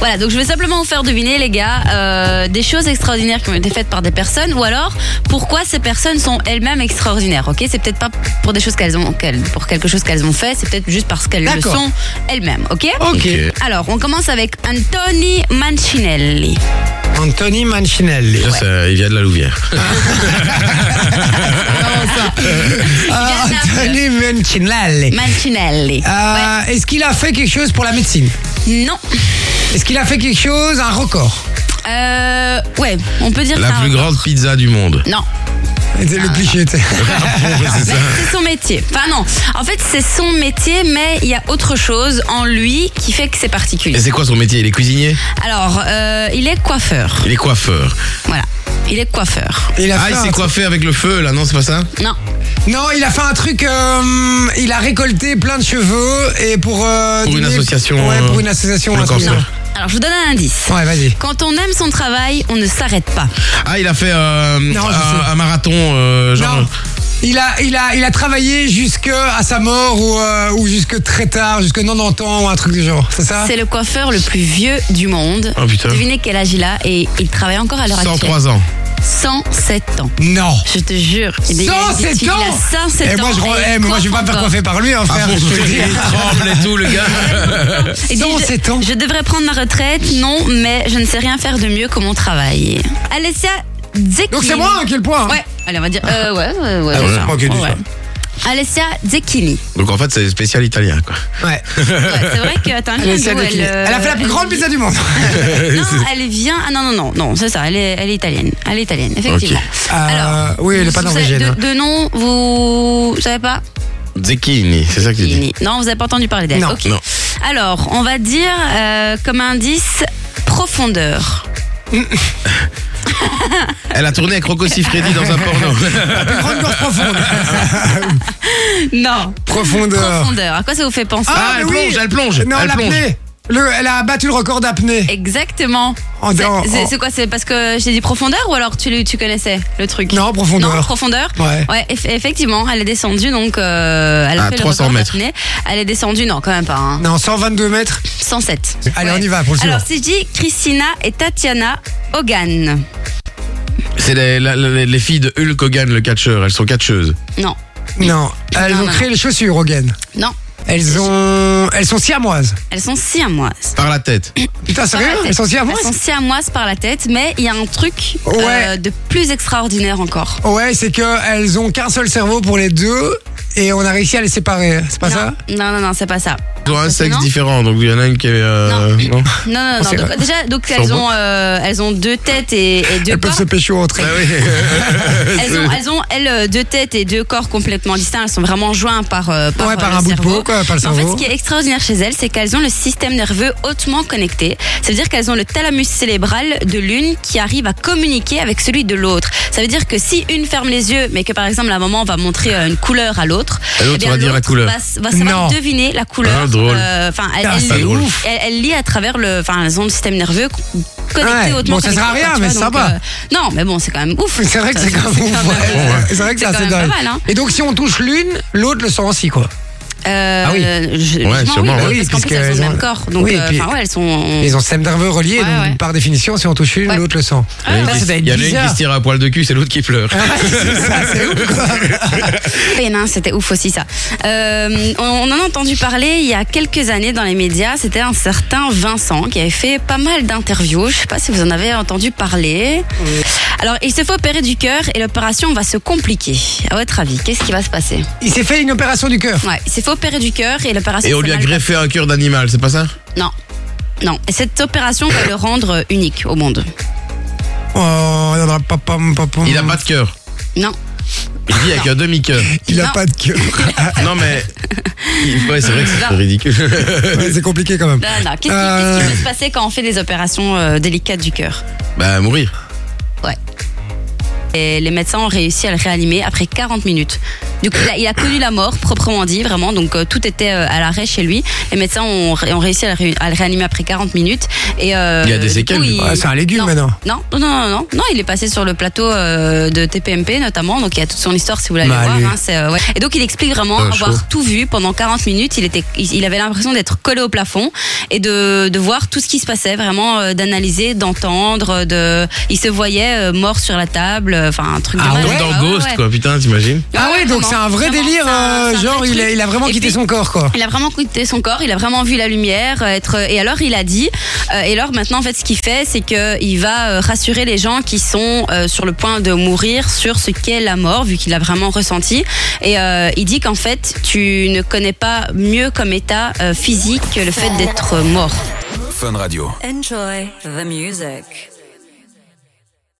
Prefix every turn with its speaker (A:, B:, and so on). A: Voilà, donc je vais simplement vous faire deviner, les gars, euh, des choses extraordinaires qui ont été faites par des personnes, ou alors pourquoi ces personnes sont elles-mêmes extraordinaires. Ok, c'est peut-être pas pour des choses qu'elles ont, qu'elles- pour quelque chose qu'elles ont fait, c'est peut-être juste parce qu'elles le
B: D'accord.
A: sont elles-mêmes. Ok.
B: Ok.
A: Alors, on commence avec Anthony Mancinelli.
B: Anthony Mancinelli.
C: Ça, ça, il vient de la Louvière.
B: Ah, Anthony Mancinelli.
A: Mancinelli.
C: Ah.
B: Euh, Est-ce qu'il a fait quelque chose pour la médecine
A: Non.
B: Est-ce qu'il a fait quelque chose, un record
A: Euh, Ah, ouais, on peut dire
C: La
A: ça.
C: plus grande pizza du monde.
A: Non.
B: C'est
C: Ah.
B: le cliché. tu sais.
C: C'est ça.
A: C'est son métier. Enfin non, en fait c'est son métier, mais il y a autre chose en lui qui fait que c'est
C: Et
A: particulier.
C: c'est quoi son métier Il est cuisinier
A: Alors, euh, il est coiffeur.
C: Il est coiffeur.
A: Voilà, il est coiffeur.
B: Il a
C: Ah,
B: fait
C: il
B: un
C: s'est coiffé avec le feu, là, non, c'est pas ça
A: Non,
B: Non, il a fait un truc. euh, il a récolté plein de cheveux et pour. euh,
C: Pour une
B: donner-
C: association,
B: Ouais, pour une
C: euh,
B: association.
C: pour le
B: un truc.
C: cancer.
A: alors je vous donne un indice.
B: Ouais, vas-y.
A: Quand on aime son travail, on ne s'arrête pas.
C: Ah, il a fait euh,
B: Non, je
C: un,
B: sais.
C: un marathon, euh, genre.
B: Non. Il a, il a, il a travaillé jusque à sa mort ou, euh, ou jusque très tard, jusque 90 ans ou un truc du genre. C'est ça
A: C'est le coiffeur le plus vieux du monde.
B: Ah,
C: Oh, putain.
A: Devinez quel âge il a et il travaille encore à l'heure actuelle.
C: 103 ans.
A: 107 ans.
B: Non.
A: Je te jure. Eh Il est- il est-
B: 107
A: il a
B: ans
A: 107
B: Et moi, je,
A: ans
B: re-
A: et
B: eh,
A: il
B: mais moi, je vais
A: coiffe
B: pas me faire
A: encore.
B: coiffer par lui, hein, frère.
C: bon,
B: je te le dis.
C: il tremble et tout, le gars.
A: Il dit,
B: 107
A: je-
B: ans.
A: Eh Je devrais prendre ma retraite, non, mais je ne sais rien faire de mieux que mon travail. Alessia Zecchini.
B: Donc c'est moi à quel point hein.
A: Ouais, allez, on va dire. Euh, ouais, ouais, ouais.
C: Ah,
A: ouais,
C: je crois
B: qu'il y a du
A: ouais. Alessia Zecchini.
C: Donc en fait, c'est spécial italien, quoi.
B: Ouais.
A: Ouais, c'est vrai que. Attends,
B: Elle,
A: d'où
B: elle,
A: euh,
B: a fait la plus grande
A: elle-
B: pizza du monde.
A: Non, elle vient. Ah non, non, non, non, c'est ça, elle est, elle est italienne. Elle est italienne, effectivement.
B: Euh, oui, elle est
A: vous
B: pas
A: savez-
B: norvégienne. hein.
A: De, de nom, vous savez pas
C: Zecchini, c'est ça qu'il dit.
A: Zecchini. Non, vous n'avez pas entendu parler d'elle.
B: Non.
A: Ok.
C: Non.
A: Alors, on va dire euh, comme indice profondeur.
C: Elle a tourné avec Rocco Siffredi dans un porno.
B: Plus grande gorge profonde.
A: Non.
B: Profondeur.
A: Profondeur. À quoi ça vous fait penser
C: Ah, elle
B: mais
C: plonge, elle plonge,
B: Non,
C: elle plonge.
B: l'apnée. Le, elle a battu le record d'apnée.
A: Exactement.
B: En-
A: C'est-
B: en-
A: C'est
B: en-
A: c'est quoi C'est parce que j'ai dit profondeur ou alors tu, le- tu connaissais le truc
B: Non, profondeur.
A: Non, profondeur
B: Ouais.
A: eff- effectivement, elle est descendue donc. euh, elle a
C: À
A: fait
C: 300
A: le record
C: mètres.
A: d'apnée. Elle est descendue, non, quand même pas. hein.
B: Non, 122 mètres.
A: 107.
B: Allez, on y va pour le
A: Alors,
B: suivant.
A: si je dis Christina et Tatiana Hogan.
C: C'est les, la- la- les filles de Hulk Hogan, le catcheur. Elles sont catcheuses.
A: Non.
B: Non, elles
A: Non,
B: ont
A: non.
B: créé les chaussures, Hogan.
A: Non.
B: Elles ont, elles sont siamoises.
A: Elles sont siamoises.
C: Par la tête.
B: Putain,
A: Par la
B: sérieux
A: tête.
B: Elles sont
A: Elles sont
B: siamoises
A: siamoises par la tête, mais il y a un truc euh,
B: Ouais.
A: de plus extraordinaire encore.
B: Ouais, c'est que elles ont qu'un seul cerveau pour les deux et on a réussi à les séparer. C'est pas
A: non.
B: ça
A: Non, non, non, c'est pas ça.
C: Elles ont un sexe
A: Non.
C: différent, donc il y en a une qui est. euh, non
A: Non, non, non.
B: Oh, C'est
A: donc,
B: vrai.
A: déjà, donc
C: Elles
A: elles
C: sont
A: ont, euh, elles ont deux têtes et, et deux
B: Elles peuvent
A: corps.
B: se pécho entre
C: Ah
B: elles.
C: oui.
A: Elles ont, elles ont, elles, euh, deux têtes et deux corps complètement distincts. Elles sont vraiment joints par, euh, par,
B: Ouais, par
A: euh, le
B: un bout de
A: cerveau.
B: peau, quoi, par le
A: Mais En fait,
B: cerveau.
A: ce qui est extraordinaire chez elles, c'est qu'elles ont le système nerveux hautement connecté. Ça veut dire qu'elles ont le thalamus cérébral de l'une qui arrive à communiquer avec celui de l'autre. Ça veut dire que si une ferme les yeux, mais que par exemple la maman va montrer euh, une couleur à l'autre,
C: Et l'autre
A: eh bien,
C: va dire la
A: l'autre
C: couleur.
A: Va, s- va savoir
B: Non.
A: deviner la couleur.
C: Ah, drôle.
A: Euh, Enfin, elle,
B: Ah,
A: elle
B: c'est
A: lit-
C: drôle.
A: elle, elle lit à travers le, enfin, elles ont le système nerveux connecté
B: Ouais,
A: hautement.
B: bon, ça sert à
A: connecté,
B: rien,
A: quoi, tu
B: mais
A: vois,
B: c'est
A: donc,
B: sympa.
A: euh, non, mais bon, c'est quand même ouf.
B: C'est vrai que c'est quand même ouf, ouais. C'est vrai que
A: c'est
B: c'est
A: quand
B: assez
A: même pas
B: dingue.
A: mal, hein.
B: Et donc, si on touche l'une, l'autre le sent aussi, quoi.
A: Euh,
B: Ah oui.
A: je-
C: Ouais,
A: justement,
C: sûrement,
A: oui, parce
C: ouais.
A: qu'en
B: Parce
A: plus
B: que
A: elles ont le
B: elles ont-
A: même corps. Donc,
B: Oui, et
A: euh,
B: puis-
A: enfin, ouais, elles sont. on-
B: Ils ont le système nerveux relié,
A: Ouais,
B: donc
A: ouais.
B: par définition, si on touche l'une,
A: Ouais.
B: l'autre le sent.
C: Il y
B: Putain,
C: en a une
B: Ah, ça doit
C: qui-
B: être
C: il y en a une qui
B: bizarre. Ah,
C: se tire à poil de cul, c'est l'autre qui pleure.
B: C'est ça, c'est ouf, quoi.
A: peine, hein, c'était ouf aussi ça. Euh, on, on en a entendu parler il y a quelques années dans les médias. C'était un certain Vincent qui avait fait pas mal d'interviews. Je sais pas si vous en avez entendu parler. Alors, il se fait opérer du cœur et l'opération va se compliquer. À votre avis, qu'est-ce qui va se passer
B: Il s'est fait une opération du cœur.
A: Ouais, il s'est fait opérer du cœur et l'opération.
C: Et on
A: s'est
C: lui a
A: mal
C: greffé un cœur d'animal, c'est pas ça
A: passée. Non. Non, Et cette opération va le rendre unique au monde.
B: Oh, non, non, pam, pam, pam, pam.
C: Il a pas de cœur.
A: Non.
C: Il vit avec un demi-cœur.
B: Il a
A: Non.
B: pas de cœur. Ah,
C: Non mais. il- Ouais, c'est vrai que c'est
A: Non.
C: ridicule.
B: Ouais, c'est compliqué quand même.
A: Non, non. Qu'est-ce qui,
B: Euh.
A: qu'est-ce qui peut se passer quand on fait des opérations euh, délicates du cœur
C: Bah, mourir.
A: Et les médecins ont réussi à le réanimer après 40 minutes. Donc il a, il a connu la mort proprement dit, vraiment. Donc euh, tout était euh, à l'arrêt chez lui. Les médecins ont, ré- ont réussi à le, ré- à le réanimer après 40 minutes. Et, euh,
C: Il y a des
A: du coup,
C: séquelles,
A: il-
B: Ouais, Ah, c'est un légume
A: Non.
B: maintenant.
A: Non, non, non, non, non, il est passé sur le plateau euh, de TPMP notamment, donc il y a toute son histoire si vous voulez aller
B: Bah,
A: voir.
B: lui.
A: hein, c'est, euh, ouais. Et donc il explique vraiment
C: Euh,
A: avoir
C: chaud.
A: tout vu pendant 40 minutes. Il était, il, il avait l'impression d'être collé au plafond et de, de voir tout ce qui se passait, vraiment euh, d'analyser, d'entendre. euh, De, il se voyait euh, mort sur la table, euh, enfin un truc
B: Ah
A: de malade.
C: Comme
B: ouais,
C: dans
A: Ah ouais,
C: Ghost,
A: ouais.
C: quoi, putain, t'imagines
B: Ah ouais, donc
A: vraiment,
B: c'est un vrai
A: vraiment,
B: délire,
A: c'est un-
B: euh,
A: c'est un
B: genre
A: vrai
B: il a,
A: truc.
B: il a vraiment
A: Et
B: quitté
A: puis,
B: son corps quoi.
A: il a vraiment quitté son corps, il a vraiment vu la lumière euh, être et alors il a dit euh, et alors maintenant en fait ce qu'il fait c'est que il va euh, rassurer les gens qui sont euh, sur le point de mourir sur ce qu'est la mort vu qu'il a vraiment ressenti et euh, il dit qu'en fait tu ne connais pas mieux comme état euh, physique que le fait d'être mort.
D: Fun Radio.
E: Enjoy the music.